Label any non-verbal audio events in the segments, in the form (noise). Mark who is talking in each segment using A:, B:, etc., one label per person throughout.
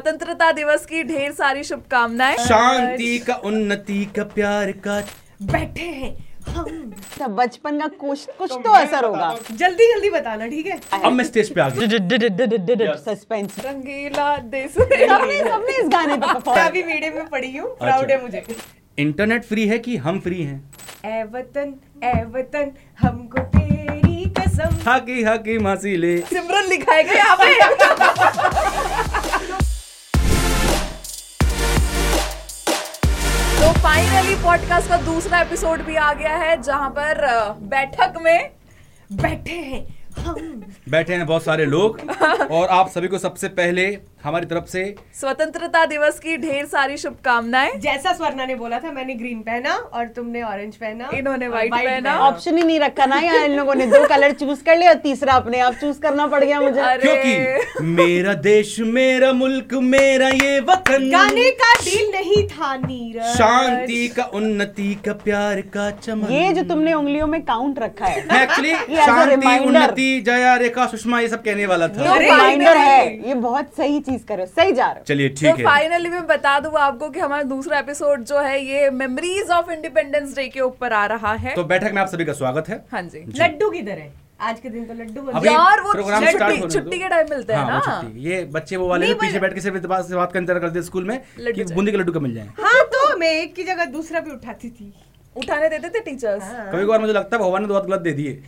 A: स्वतंत्रता दिवस की ढेर सारी शुभकामनाएं
B: शांति का उन्नति का प्यार का
C: बैठे हैं हम
D: अच्छा बचपन का कुछ कुछ तो असर होगा
C: जल्दी जल्दी बताना ठीक है
B: अब मैं स्टेज पे आ गया
D: सस्पेंस
A: रंगीला देश
D: सबने सबने इस गाने
B: (laughs)
D: पे
C: मैं
D: perform-
C: अभी वीडियो में पड़ी हूँ प्राउड है मुझे
B: इंटरनेट फ्री है कि हम फ्री हैं
C: ए वतन ए वतन हमको तेरी कसम
B: हाकी हाकी मासी ले
A: सिमरन लिखाए गए यहाँ पे तो फाइनली पॉडकास्ट का दूसरा एपिसोड भी आ गया है जहाँ पर अ, बैठक में
C: बैठे हैं हम
B: बैठे हैं बहुत सारे
D: (laughs)
B: लोग और आप सभी को सबसे पहले हमारी तरफ से
A: स्वतंत्रता दिवस की ढेर सारी शुभकामनाएं
C: जैसा स्वर्णा ने बोला था मैंने ग्रीन पहना और तुमने ऑरेंज पहना
A: इन्होंने
C: और
A: white
C: white
A: पहना।
D: ऑप्शन ही नहीं रखा ना यार इन लोगों ने दो कलर चूज कर लिया और तीसरा अपने आप चूज करना पड़ गया मुझे
A: अरे।
B: क्योंकि मेरा देश मेरा मुल्क मेरा ये वतन
C: गाने का दिल नहीं था नीरज
B: शांति का उन्नति का प्यार का चमन
D: ये जो तुमने उंगलियों में काउंट रखा है (laughs)
B: एक्चुअली
D: as a
B: शांति
D: reminder.
B: उन्नति जया रेखा सुषमा ये सब कहने वाला था
D: ये
A: अरे,
D: रिमाइंडर
A: finally।
D: है ये बहुत सही चीज करो सही जा रहे
B: चलिए
A: तो
B: ठीक है
A: फाइनली मैं बता दूं आपको कि हमारा दूसरा एपिसोड जो है ये मेमोरीज ऑफ इंडिपेंडेंस डे के ऊपर आ रहा है
B: तो बैठक में आप सभी का स्वागत है
A: हाँ जी
C: लड्डू किधर है आज के दिन तो लड्डू बन
B: अभी
C: गया।
A: यार, वो
B: प्रोग्राम
A: छुट्टी-
B: स्टार्ट होने दो।
A: छुट्टी के time मिलते हैं
B: हाँ, वो
A: ना।
B: छुट्टी। ये बच्चे वो वाले
C: नहीं,
B: जो पीछे
C: पर-
B: बैठ के सिर्फ इस बात से बात करने तरह करते हैं स्कूल में
A: लड्डू
B: कि
A: चाहिए।
B: बूंदी के लड्डू का मिल जाए
C: हाँ तो मैं एक की जगह दूसरा भी उठाती थी
A: उठाने देते थे
C: हाँ।
A: टीचर्स
B: कभी कभार मुझे लगता है भगवान ने तो बहुत गलत दे दिए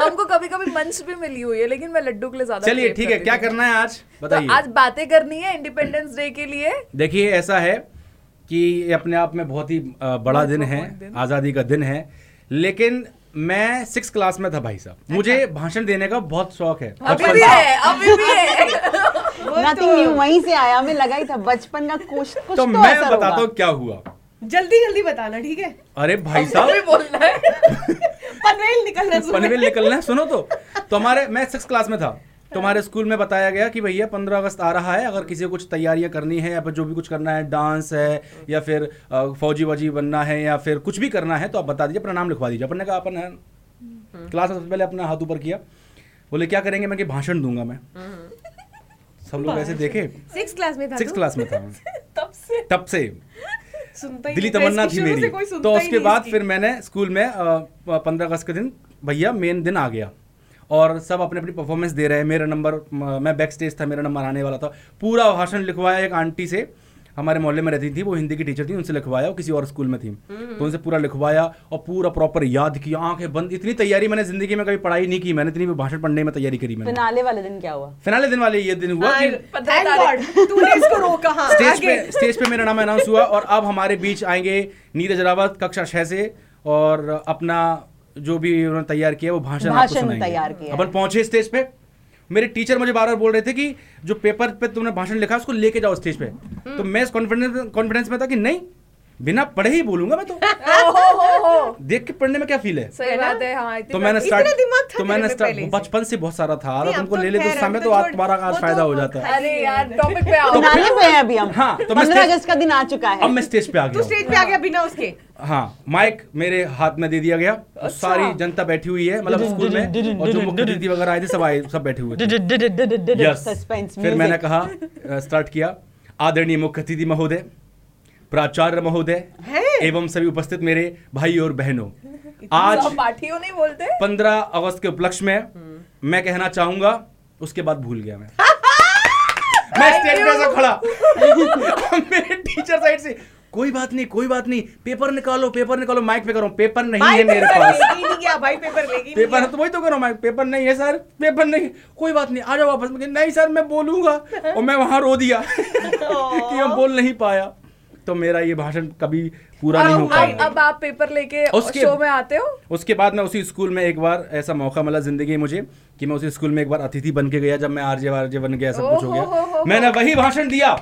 A: हमको कभी कभी मंच भी मिली हुई है लेकिन मैं लड्डू के लिए ज्यादा
B: चलिए
A: crave
B: ठीक है
A: करती
B: क्या
A: थी।
B: करना है आज
A: तो आज
B: बताइए अच्छा।
A: बातें करनी है इंडिपेंडेंस डे के लिए
B: देखिए ऐसा है कि ये अपने आप में बहुत ही अ, बड़ा दिन है
A: दिन।
B: आज़ादी का दिन है लेकिन मैं सिक्स क्लास में था भाई साहब मुझे भाषण देने का बहुत शौक है
A: अच्छा। अभी
B: बचपन
A: भी
B: से।
A: है अभी भी है
C: वो
D: नथिंग
C: तो-
D: न्यू वहीं से आया हमें लगा ही था बचपन का कुछ कुछ
B: तो
D: तो
B: मैं
D: असर
B: बताता हूँ
D: होगा
B: क्या हुआ
C: जल्दी जल्दी बताना ठीक है
B: अरे भाई
A: हमको भी
B: साहब
A: बोलना है
C: पनवेल (laughs) निकलना सुबह।
B: पनवेल निकलना है सुनो तो तो हमारे मैं सिक्स क्लास में था तुम्हारे स्कूल में बताया गया कि भैया पंद्रह अगस्त आ रहा है अगर किसी को कुछ तैयारियां करनी है या फिर जो भी कुछ करना है डांस है या फिर अ, फौजी वौजी बनना है या फिर कुछ भी करना है तो आप बता दीजिए अपना नाम लिखवा दीजिए अपन ने कहा अपन है- क्लास में सबसे पहले अपना हाथ ऊपर किया बोले क्या करेंगे मैं कि भाषण दूंगा मैं सब लोग ऐसे देखे
C: सिक्स क्लास में था
B: सिक्स
C: तू?
B: क्लास में था मैं।
A: तब से
B: तब से
C: सुनता ही
B: दिली
C: नहीं था,
B: तमन्ना
C: इसकी
B: थी
C: शुरू
B: मेरी
C: से कोई सुनता
B: तो
C: ही
B: उसके
C: नहीं
B: बाद
C: इसकी।
B: फिर मैंने स्कूल में पंद्रह अगस्त के दिन भैया मेन दिन आ गया और सब अपने अपनी परफॉर्मेंस दे रहे हैं मेरा नंबर म- मैं बैक स्टेज था मेरा नंबर आने वाला था पूरा भाषण लिखवाया एक आंटी से हमारे मोहल्ले में रहती थी वो हिंदी की टीचर थी उनसे लिखवाया वो किसी और स्कूल में थी
C: हम्म।
B: तो उनसे पूरा लिखवाया और पूरा प्रॉपर याद किया आंखें बंद इतनी तैयारी मैंने जिंदगी में कभी पढ़ाई नहीं की मैंने इतनी भी भाषण पढ़ने में तैयारी करी मैंने
D: फिनाले वाले दिन क्या हुआ
B: फिनाले दिन वाले ये दिन हुआ
C: हाँ,
B: कि
A: पंद्रह
C: thank
A: तारीख।
C: God, तूने इसको रोका हाँ
B: स्टेज
C: आगे।
B: पे स्टेज पे मेरा नाम अनाउंस हुआ और अब हमारे बीच आएंगे नीरज रावत कक्षा छह से और अपना जो भी उन्होंने तैयार किया वो भाषण आपको
D: भाषण
B: सुनाएंगे
D: तैयार किया है।
B: अपन पहुंचे स्टेज पे मेरे टीचर मुझे बार बार बोल रहे थे कि जो पेपर पे तुमने भाषण लिखा उसको लेके जाओ स्टेज पे
C: हम्म।
B: तो मैं इस कॉन्फिडेंस कॉन्फिडेंस में था कि नहीं बिना पढ़े ही बोलूंगा मैं
C: (laughs)
B: तो
A: ओ हो हो हो
B: देख के पढ़ने में क्या फील है
A: सही बात है हाँ
B: तो
A: इतनी-
B: मैंने
C: इतना
B: स्टार्ट
C: दिमाग था
B: तो
C: मेरे
B: मैंने
C: में
B: स्टार्ट
C: पहले से।
B: बचपन से बहुत सारा था अगर
C: नहीं, अब
B: तुमको
C: तो
B: ले ले तो
C: खैर,
B: उस
C: अब
B: समय
C: तो
B: तो आज
C: छोड़,
B: तुम्हारा आज
C: वो
B: फायदा
C: तो
B: हो जाता है
A: अरे यार टॉपिक पे आओ
D: फिनाले पे है अभी हम
B: तो हाँ, तो मैं
D: पंद्रह
B: स्टे-
D: अगस्त का दिन आ चुका है
B: अब मैं स्टेज पे आ
C: तू
B: गया हूँ।
C: स्टेज पे आ गया बिना उसके
B: हाँ माइक मेरे हाथ में दे दिया गया और सारी जनता बैठी हुई है मतलब स्कूल में और जो मुख्य अतिथि वगैरह आए थे सब आए सब बैठे हुए थे Yes.
D: सस्पेंस
B: फिर मैंने कहा स्टार्ट किया आदरणीय मुख्य अतिथि महोदय प्राचार्य महोदय
C: हैं?
B: एवं सभी उपस्थित मेरे भाई और बहनों
A: आज
B: आज
A: पाठियों नहीं बोलते
B: पंद्रह अगस्त के उपलक्ष्य में मैं कहना चाहूंगा उसके बाद भूल गया मैं मैं स्टेज पे ऐसा खड़ा (laughs) और मेरे टीचर साइड से कोई बात नहीं कोई बात नहीं पेपर निकालो पेपर निकालो माइक पे करो पेपर नहीं है
C: भाई
B: मेरे
C: पेपर
B: पास
C: लेके ही नहीं गया भाई पेपर लेके ही नहीं
B: पेपर है
C: गया
B: तो वही तो करो मैं पेपर नहीं है सर पेपर नहीं कोई बात नहीं आ जाओ वापस मैं कहा, नहीं सर मैं बोलूंगा और मैं वहां रो दिया (laughs) कि मैं बोल नहीं पाया तो मेरा ये भाषण कभी पूरा नहीं हो
A: अब अब-
B: पाया
A: अब आप पेपर लेके
B: उसके-
A: शो में आते हो
B: उसके बाद मैं उसी स्कूल में एक बार ऐसा मौका मिला जिंदगी में मुझे कि मैं उसी स्कूल में एक बार अतिथि बन के गया जब मैं आरजे वारजे बन गया सब कुछ हो
A: ओ हो हो हो
B: गया
A: हो।
B: मैंने वही भाषण दिया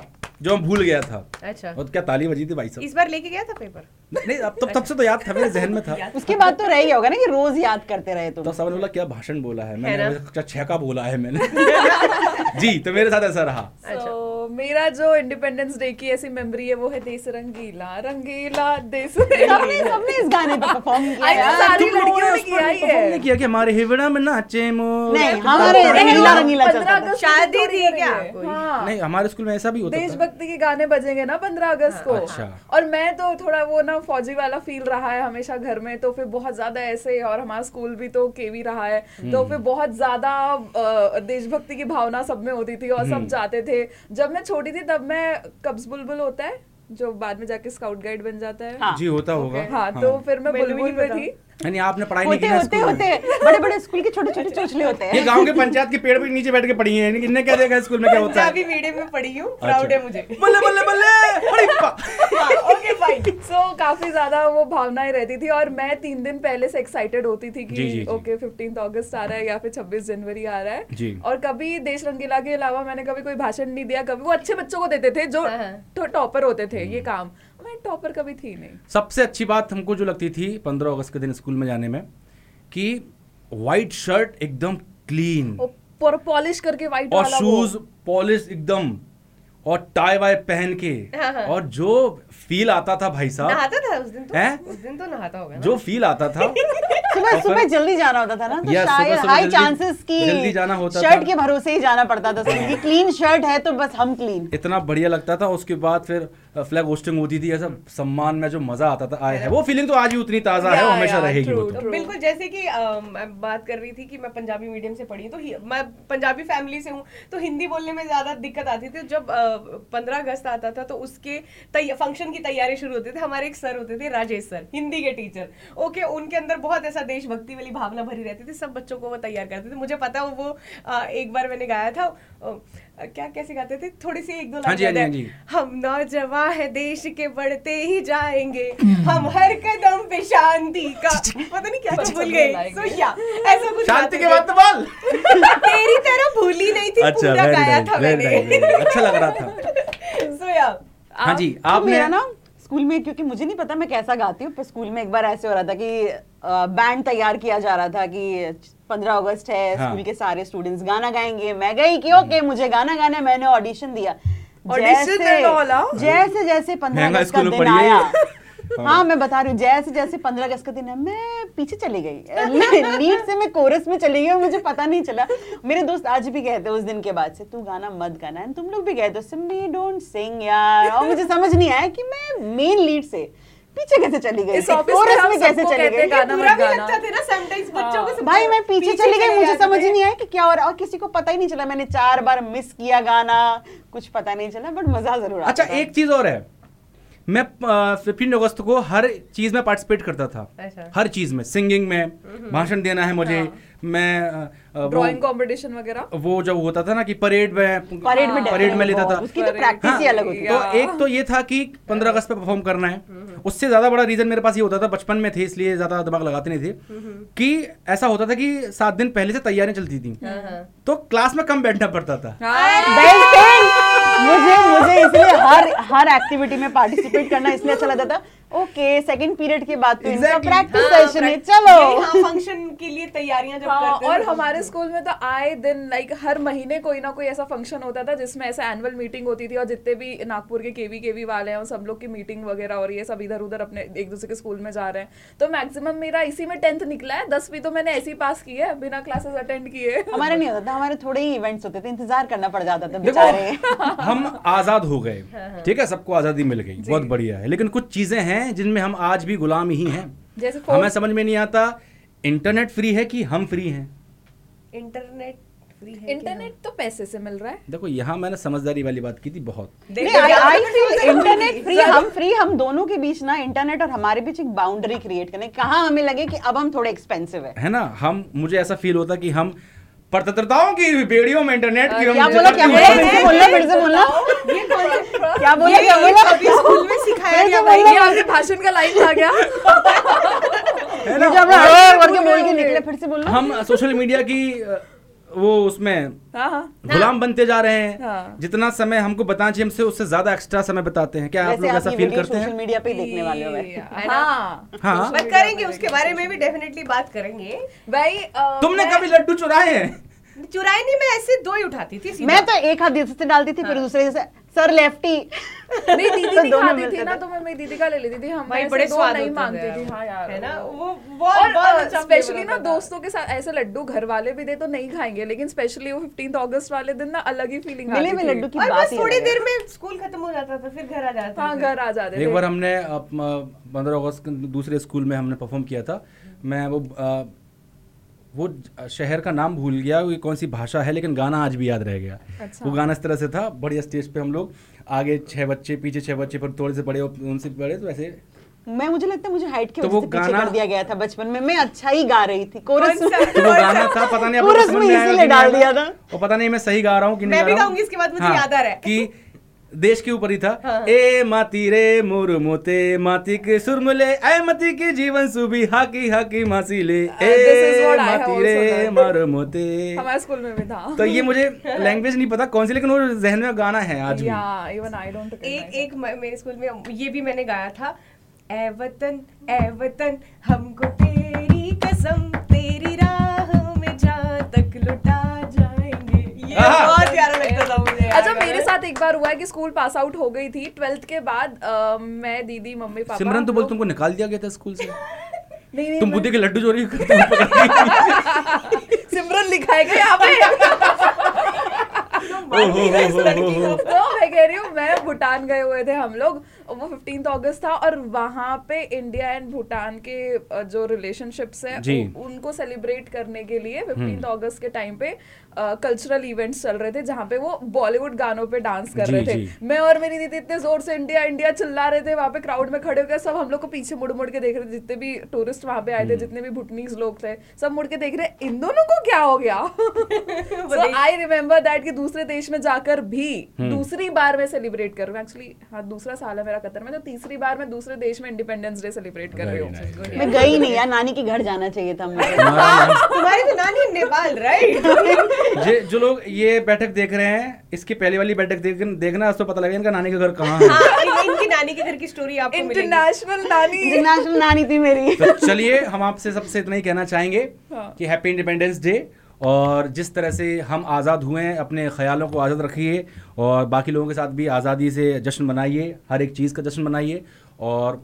B: जो मैं भूल गया था
C: अच्छा
B: और क्या ताली बजी थी भाई साहब
C: इस बार लेके गया था पेपर
B: नहीं अब तो तब से तो याद था मेरे जहन में था
D: उसके बाद तो रह ही होगा ना कि रोज याद करते रहे तुम
B: तो सबने बोला क्या भाषण बोला "अच्छा, है
C: है
B: मैंने (laughs)
C: ना?
B: बोला, कक्षा छह का बोला है मैंने जी तो मेरे साथ ऐसा रहा
C: अच्छा।
A: So, मेरा जो इंडिपेंडेंस डे की ऐसी मेमोरी है वो है देश रंगीला रंगीला देश रंगीला
D: सबने सबने इस गाने पे परफॉर्म किया
A: I know,
D: यार।
A: सारी
B: तुम लोगों ने
A: लड़कियों ने किया
B: उस पर
A: ही है।
B: perform नहीं किया कि हमारे हिवड़ा में नाचे मोर
D: नहीं हमारे रंगीला रंगीला चलता था
C: शादी थी क्या कोई?
A: हाँ
B: नहीं हमारे स्कूल में ऐसा भी होता था
A: देशभक्ति के गाने बजेंगे ना पंद्रह अगस्त को
B: अच्छा।
A: और मैं तो थोड़ा वो ना फौजी वाला फील रहा है हमेशा घर में तो फिर बहुत ज्यादा ऐसे और हमारा स्कूल भी तो केवी रहा है तो
B: हम्म।
A: फिर बहुत ज्यादा अ, देशभक्ति की भावना सब में होती थी और
B: हम्म।
A: सब जाते थे जब मैं छोटी थी तब मैं कब्ज बुलबुल होता है जो बाद में जाके स्काउट गाइड बन जाता है
D: हाँ।
B: जी होता होगा
A: हाँ तो फिर मैं
C: मैंने भी
A: बुलबुल
C: नहीं
A: में
C: पता।
A: थी
B: यानी आपने पढ़ाई नहीं की
D: होते
B: ना
D: होते
B: स्कूल में
D: होते बड़े बड़े स्कूल के छोटे छोटे चोचले होते
B: ये
D: हैं
B: गांव के पंचायत के पेड़ पे नीचे बैठ के पढ़ी है इनने क्या देखा है स्कूल में क्या होता है
C: पंजाबी मीडियम में पढ़ी हूँ प्राउड
B: अच्छा। हाँ,
C: है मुझे
B: बल्ले बल्ले बल्ले अरे पा-
C: ओके फाइन
A: सो काफी ज्यादा वो भावनाएं रहती थी और मैं तीन दिन पहले से एक्साइटेड होती थी
B: जी, जी,
A: कि
B: जी।
A: ओके फिफ्टींथ अगस्त आ रहा है या फिर छब्बीस जनवरी आ रहा है
B: जी।
A: और कभी देश रंगीला के अलावा मैंने कभी कोई भाषण नहीं दिया कभी वो अच्छे बच्चों को देते थे जो
C: हाँ।
A: तो टॉपर होते थे
B: हम्म।
A: ये काम मैं टॉपर कभी थी नहीं
B: सबसे अच्छी बात हमको जो लगती थी पंद्रह अगस्त के दिन स्कूल में जाने में कि व्हाइट शर्ट एकदम क्लीन
A: और पॉलिश करके वाइट
B: और
A: वाला वो।
B: शूज पॉलिश एकदम और टाई वाई पहन
C: हाँ,
B: के
C: हाँ।
B: और जो फील आता था भाई साहब
C: नहाता था उस दिन तो
B: हैं?
C: उस दिन तो नहाता होगा ना
B: जो फील आता
C: (laughs)
B: था
D: सुबह सुबह जल्दी जाना होता था ना तो
B: Yes, सुबह-
D: शायद
B: सुबह
D: हाई
B: जल्दी-
D: चांसेस की
B: जल्दी जाना होता
D: शर्ट
B: था।
D: के भरोसे ही जाना
B: (laughs)
D: पड़ता था क्योंकि क्लीन शर्ट है तो बस हम क्लीन
B: इतना बढ़िया लगता था उसके बाद फिर फ्लैग होस्टिंग होती थी ऐसा सम्मान में जो मजा आता था आया है वो फीलिंग तो आज भी उतनी ताज़ा है वो
A: Yeah,
B: हमेशा
A: yeah,
B: रहेगी वो
A: true,
B: तो
A: true.
C: बिल्कुल जैसे कि अ, मैं बात कर रही थी कि मैं पंजाबी मीडियम से पढ़ी हूँ, तो हि- मैं पंजाबी फैमिली से हूँ तो हिंदी बोलने में ज़्यादा दिक्कत आती थी जब पंद्रह अगस्त आता था तो उसके फंक्शन की तैयारी शुरू होती थी हमारे एक सर होते थे राजेश सर हिंदी के टीचर ओके उनके अंदर बहुत ऐसा देशभक्ति वाली भावना भरी रहती थी सब बच्चों को वो तैयार करते थे मुझे पता है वो अ, एक बार मैंने गाया था अ, क्या कैसे गाते थे थोड़ी सी एक दो
B: हाँ जी,
C: याद
B: हाँ
C: है।
B: जी, हाँ जी।
C: हम नौजवान है देश के बढ़ते ही जाएंगे
A: हम्म।
C: हम हर कदम पे शांति का पता नहीं
A: अच्छा,
C: क्या तो भूल गई सो या ऐसा कुछ
B: शांति
C: गाते
B: के
C: थे।
B: बाद तो बोल
C: तेरी तरह भूली नहीं थी
B: अच्छा
C: पूरा
B: very
C: गाया
B: nice,
C: था
B: very nice,
C: मैंने
B: very nice. अच्छा लग रहा था
C: (laughs) सो या
B: हाँ जी
D: तो मेरा
B: आपने
D: ना स्कूल में क्योंकि मुझे नहीं पता मैं कैसा गाती हूँ पर स्कूल में एक बार ऐसे हो रहा था कि बैंड तैयार किया जा रहा था कि पंद्रह अगस्त है
B: हाँ।
D: स्कूल के सारे स्टूडेंट्स गाना गाएंगे मैं गई कि ओके मुझे गाना गाना है मैंने ऑडिशन दिया
A: Audition
D: जैसे-
A: and all, हाँ?
D: जैसे जैसे पंद्रह
B: महंगा
D: अगस्त का
B: स्कूल में
D: दिन
B: पढ़िए।
D: आया
B: (laughs) हाँ।
D: हाँ मैं बता रही हूँ जैसे जैसे पंद्रह अगस्त का दिन है मैं पीछे चली गई लीड से मैं कोरस में चली गई और मुझे पता नहीं चला मेरे दोस्त आज भी कहते हैं उस दिन के बाद से तू गाना मत गाना एंड तुम लोग भी कहते हो सिमी डोंट सिंग यार और मुझे समझ नहीं आया कि मैं मेन लीड से पीछे कैसे चली गई
A: इस office में
D: कोरस
A: हम
D: में कैसे
A: सबको
D: चली
A: कहते हैं
D: गई
A: गाना
C: बुरा
A: मत
C: भी
A: गाना। हाँ।
C: लगता था ना समटाइम्स बच्चों को
D: भाई मैं पीछे चली गई मुझे
C: जाते
D: समझ
C: थे।
D: नहीं आया कि क्या हो रहा है और किसी को पता ही नहीं चला मैंने चार बार मिस किया गाना कुछ पता नहीं चला बट मजा जरूर आता
B: अच्छा
D: था।
B: एक चीज और है मैं फिफ्टीन अगस्त को हर चीज में पार्टिसिपेट करता था
C: अच्छा।
B: हर चीज में सिंगिंग में भाषण देना है मुझे मैं अ, अ, वो-
A: ड्राइंग कंपटीशन वगैरह
B: वो जब होता था ना कि परेड में
D: परेड में
B: परेड में लेता था
D: उसकी तो
A: हाँ। Parade-
D: प्रैक्टिस ही
B: हाँ,
D: अलग होती
A: थी।
B: तो
A: या।
B: एक तो ये था कि पंद्रह अगस्त पे परफॉर्म करना
D: हम्म।
B: है उससे ज्यादा बड़ा रीजन मेरे पास ये होता था बचपन में थे इसलिए ज्यादा दिमाग लगाते नहीं थे
D: हम्म।
B: कि ऐसा होता था कि सात दिन पहले से तैयारियां चलती थी
D: हाँ,
B: तो क्लास में कम बैठना पड़ता था
D: बेल पेन मुझे मुझे इसलिए हर हर एक्टिविटी में पार्टिसिपेट करना इसलिए अच्छा लगता था ओके सेकंड पीरियड के बाद तो इनका
B: Exactly.
D: प्रैक्टिस
C: हाँ,
D: सेशन है
C: prac-
D: चलो
C: यही, हाँ फंक्शन के लिए तैयारियां जब
A: हाँ,
C: करते थे
A: और
C: तो-
A: हमारे स्कूल में तो आए दिन लाइक हर महीने कोई ना कोई ऐसा फंक्शन होता था जिसमें ऐसा एनुअल मीटिंग होती थी और जितने भी नागपुर के केवी केवी वाले हैं उन सब लोग की मीटिंग वगैरह हो रही है सब इधर उधर अपने एक दूसरे के स्कूल में जा रहे हैं तो मैक्सिमम मेरा इसी में टेंथ निकला है दसवीं तो मैंने ऐसे ही पास की है बिना क्लासेस अटेंड
D: (laughs)
A: किए
D: हमारे नहीं होता था हमारे थोड़े ही इवेंट्स होते थे इंतजार करना पड़ जाता था बेचारे हाँ,
B: देखो हम आजाद हो गए ठीक है सबको आजादी मिल गई बहुत बढ़िया है लेकिन कुछ चीजें हैं जिनमें हम आज भी गुलाम ही हैं
A: जैसे phone-
B: हमें समझ में नहीं आता इंटरनेट फ्री है कि हम फ्री हैं
C: इंटरनेट फ्री है
A: इंटरनेट तो पैसे से मिल रहा है
B: देखो यहाँ मैंने समझदारी वाली बात की थी बहुत
D: नहीं आई आई फील इंटरनेट फ्री हम फ्री हम दोनों के बीच ना इंटरनेट और हमारे बीच एक बाउंड्री क्रिएट करें कहाँ हमें लगे कि अब हम थोड़े एक्सपेंसिव है
B: है ना हम मुझे ऐसा फील होता कि हम पत्रताओं की बेड़ियों में इंटरनेट की
D: क्या
B: हम
D: बोला
C: तो
D: क्या बोला
B: जकड़ती
D: फिर से
A: (laughs)
B: हुई-
D: बोलना फिर से बोलना
C: ये
D: (laughs)
C: concept
D: क्या बोला क्या बोला
C: अभी स्कूल में सिखाया
D: फिर से
C: गया
D: बोलना।
A: ये आपके भाषण का लाइन आ
D: (laughs)
A: गया
B: है
D: जो हम
B: ना
D: लोग करके बोल के निकले फिर से बोलना
B: हम सोशल मीडिया की अ, वो उसमें
A: हाँ हाँ
B: गुलाम बनते जा रहे हैं
A: हाँ।
B: जितना समय हमको बताना चाहिए हमसे उससे ज्यादा एक्स्ट्रा समय बताते हैं क्या हाँ, आप
D: वैसे
B: लोग
D: आप
B: ऐसा
D: ये
B: फील
D: वीडियो
B: करते
D: सोशल
B: हैं
D: मीडिया पे ही देखने वाले हो वैसे
A: हाँ
B: हाँ
C: पर करेंगे उसके बारे में भी डेफिनेटली बात करेंगे
A: भाई अ,
B: तुमने
A: मैं-
B: कभी लड्डू चुराए हैं
C: चुराए नहीं मैं ऐसे दो ही उठाती थी सीधा।
D: तो मैं तो एक हाथ जैसे से डालती थी फिर दूसरे जैसे सर लेफ्टी
A: नहीं दीदी
D: तो
A: दिखाती
D: दोनों मिलते
A: थी ना
D: थे।
A: तो मैं मेरी दीदी का ले लेती थी हम
C: भाई
A: ऐसे
C: बड़े
A: दो
C: स्वाद
A: तो नहीं
C: होते
A: मांगती
C: थे
A: थी हाँ यार
C: है ना वो
A: और
C: बहुत अच्छा
A: स्पेशली ना दोस्तों के साथ ऐसे लड्डू घर वाले भी दे तो नहीं खाएंगे लेकिन स्पेशली वो 15th अगस्त वाले दिन ना अलग ही फीलिंग
D: मिले
A: आती
D: में
A: थी
D: लड्डू तो की
C: और
D: बात
C: बस
D: ही
C: थोड़ी
D: अलग है।
C: देर में स्कूल खत्म हो जाता था फिर घर आ जाते
A: हाँ
C: थे।
A: घर आ जाते
B: एक
A: थे
B: बार हमने पंद्रह अगस्त के दूसरे स्कूल में हमने परफॉर्म किया था मैं वो अ, वो ज- शहर का नाम भूल गया वो कौन सी भाषा है लेकिन गाना आज भी याद रह गया
A: अच्छा।
B: वो गाना इस तरह से था बढ़िया स्टेज पे हम लोग आगे छह बच्चे पीछे छह बच्चे पर थोड़े से बड़े और उनसे बड़े तो ऐसे
D: मैं मुझे लगता है मुझे हाइट की
B: तो
D: वजह
B: वो
D: से पीछे
B: गाना-
D: कर दिया गया था बचपन में मैं अच्छा ही गा रही थी कोरस
C: कौन सा-
B: तो वो गाना था पता नहीं आपको
D: पूरा
B: समझ
D: उसमें
B: में आया कि
D: इसीलिए
B: नहीं
D: डाल
B: आया।
D: दिया था।
B: और पता नहीं मैं सही गा रहा हूँ कि नहीं
C: मैं
B: गा
C: भी
B: रहा हूं।
C: गाऊंगी, इसके बाद मुझे याद आ रहा है।
B: कि देश के ऊपर ही था
C: हाँ।
B: ए माती रे मोर मोते माती के सुरमुले ऐ मती के जीवन सुबी हाकी हाकी मासी ले
A: Uh, this is
B: a
A: what I have
B: माती
A: also
B: रे
A: done.
B: मोर मोते
A: हमारे स्कूल में भी था
B: तो ये मुझे लैंग्वेज नहीं पता कौन सी लेकिन वो जहन में गाना है आज भी
A: या इवन आई डोंट
C: एक एक म- मेरे स्कूल में ये भी मैंने गाया था ए वतन ए वतन हमको तेरी कसम तेरी राह में जा तक लुटा जाएंगे ये
B: आहा।
C: बहुत प्यारा लगता था मुझे यार
A: अच्छा मेरे
C: गाना।
A: साथ एक बार हुआ है कि स्कूल पास आउट हो गई थी ट्वेल्थ के बाद अ, मैं दीदी मम्मी पापा
B: सिमरन तो
A: हम
B: बोल
A: लोग-
B: तुमको निकाल दिया गया था स्कूल से
A: नहीं नहीं
B: तुम
A: मैं-
B: बुद्धि के लड्डू चोरी करते हो पकड़ के।
A: सिमरन लिखाएगा यहाँ पे
C: मान नहीं रहा इस
B: ओहो,
C: लड़की
B: ओहो,
C: को।
B: ओहो।
A: (laughs) तो मैं कह रही हूँ मैं भूटान गए हुए थे हम लोग वो 15th अगस्त था और वहाँ पे इंडिया एंड भूटान के अ, जो रिलेशनशिप्स है
B: जी। हम्म।
A: उनको सेलिब्रेट करने के लिए 15th अगस्त के टाइम पे कल्चरल इवेंट्स चल रहे थे जहाँ पे वो बॉलीवुड गानों पे डांस कर
B: जी,
A: रहे
B: जी।
A: थे मैं और मेरी दीदी इतने जोर से इंडिया इंडिया चिल्ला रहे थे वहाँ पे क्राउड में खड़े होकर सब हम लोग को पीछे मुड़ मुड़ के देख रहे थे जितने भी टूरिस्ट वहाँ पे आए थे
B: हम्म।
A: जितने भी भूटनीज लोग थे सब मुड़ के देख रहे इन दोनों को क्या हो गया
C: (laughs) वो
A: so
C: देख-
A: आई रिमेम्बर दैट कि दूसरे देश में जाकर भी
B: हम्म।
A: दूसरी बार मैं सेलिब्रेट कर रही हूँ एक्चुअली हाँ दूसरा साल है मेरा कतर में तो तीसरी बार मैं दूसरे देश में इंडिपेंडेंस डे सेलिब्रेट कर रही
B: Very
A: हूँ
B: nice, very
D: (laughs) मैं गई नहीं यार नानी के घर जाना चाहिए था मुझे
B: तुम्हारा नाम-
C: तुम्हारी तो नानी नेपाल राइट
B: जे जो लोग ये बैठक देख रहे हैं इसकी पहली वाली बैठक देख, देखना उसको पता लगेगा इनका नानी का घर कहाँ
C: हाँ।
B: है
C: इनकी नानी के घर की स्टोरी आपको मिलेगी
A: इंटरनेशनल नानी
D: इंटरनेशनल नानी थी मेरी
B: तो चलिए हम आपसे सबसे इतना ही कहना चाहेंगे
A: हाँ।
B: कि हैप्पी इंडिपेंडेंस डे और जिस तरह से हम आज़ाद हुए हैं अपने ख्यालों को आज़ाद रखिए और बाकी लोगों के साथ भी आज़ादी से जश्न मनाइए हर एक चीज़ का जश्न मनाइए और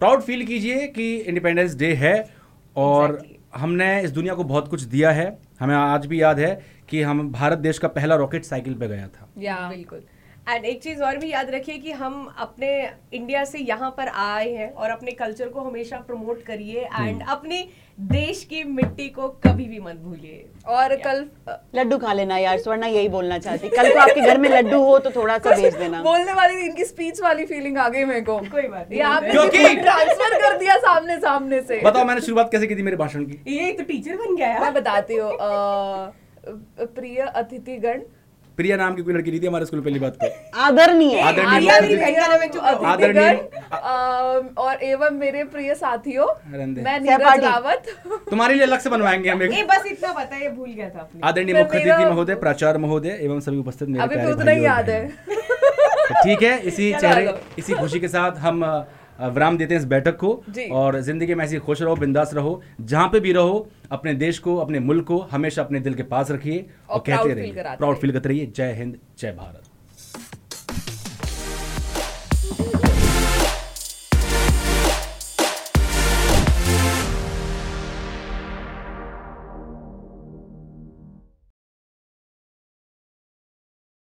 B: प्राउड फील कीजिए कि इंडिपेंडेंस डे है और हमने इस दुनिया को बहुत कुछ दिया है हमें आज भी याद है कि हम भारत देश का पहला रॉकेट साइकिल पे गया था
A: या
C: बिल्कुल एंड एक चीज और भी याद रखिए कि हम अपने इंडिया से यहाँ पर आए हैं और अपने कल्चर को हमेशा प्रमोट करिए एंड अपने देश की मिट्टी को कभी भी मत भूलिए
A: और कल अ,
D: लड्डू खा लेना यार स्वर्णा यही बोलना चाहती कल को आपके घर में लड्डू हो तो थोड़ा सा भेज
A: (laughs)
D: देना
A: बोलने वाली थी, इनकी स्पीच वाली फीलिंग आ गई मेरे को
C: कोई बात नहीं।
A: ये आपने (laughs)
B: क्योंकि-
A: ट्रांसफर कर दिया सामने सामने से
B: बताओ मैंने शुरुआत कैसे की थी मेरे भाषण की
C: ये तो टीचर बन गया
A: मैं
C: यार
A: बताती हूँ अ, प्रिय अतिथिगण
B: प्रिया नाम की कोई लड़की नहीं थी हमारे स्कूल पहली बात तो। पे
D: आदरणीय
B: आदरणीय।
A: आर्या
B: मेरी
C: बहन का नाम है, चुप रहो।
A: अतिथिगण,
B: आदरणीय।
A: अम, और एवं मेरे प्रिय साथियों
B: रंधे।
A: मैं नीरज
D: सहपाठी।
A: रावत
B: तुम्हारे लिए अलग से बनवाएंगे हम एक
C: ये बस इतना पता है ये भूल गया था अपने
B: आदरणीय
A: फिर
B: मुख्य
A: मेरा-
B: अतिथि महोदय प्राचार्य महोदय एवं सभी उपस्थित मेरे
A: तो- अभी भी
B: प्यारे
A: उतना ही
B: भाइयों और
A: याद है
B: बहनों। तो ठीक है
A: (laughs)
B: इसी
A: चलो,
B: चेहरे
A: चलो।
B: इसी खुशी के साथ हम अ, विराम देते हैं इस बैठक को
A: जी।
B: और जिंदगी में ऐसी खुश रहो बिंदास रहो जहाँ पे भी रहो अपने देश को अपने मुल्क को हमेशा अपने दिल के पास रखिए
A: और
B: और कहते
A: proud feel
B: रहिए
A: कराते
B: प्राउड
A: रहिए।
B: फील करते रहिए जय हिंद जय भारत